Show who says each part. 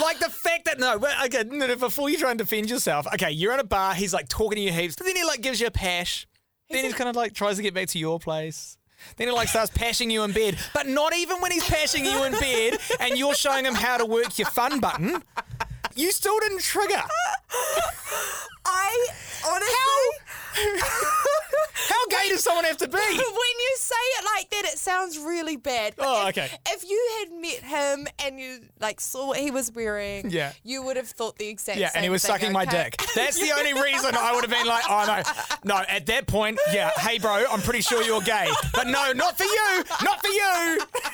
Speaker 1: Like the fact that no, but okay, no, no, before you try and defend yourself, okay, you're at a bar, he's like talking to you heaps, but then he like gives you a pash. then he kind of like tries to get back to your place. Then he like starts pashing you in bed, but not even when he's pashing you in bed and you're showing him how to work your fun button, you still didn't trigger.
Speaker 2: I honestly.
Speaker 1: How gay does someone have to be?
Speaker 2: But when you say it like that, it sounds really bad. But
Speaker 1: Oh,
Speaker 2: if,
Speaker 1: okay.
Speaker 2: If you had met him and you like saw what he was wearing,
Speaker 1: Yeah.
Speaker 2: you would have thought the exact
Speaker 1: Yeah,
Speaker 2: same
Speaker 1: and he was
Speaker 2: thing,
Speaker 1: sucking my
Speaker 2: okay?
Speaker 1: dick. That's the only reason I would have been like, oh no, no. At that point, yeah, hey bro, I'm pretty sure you're gay, but no, not for you, not for you.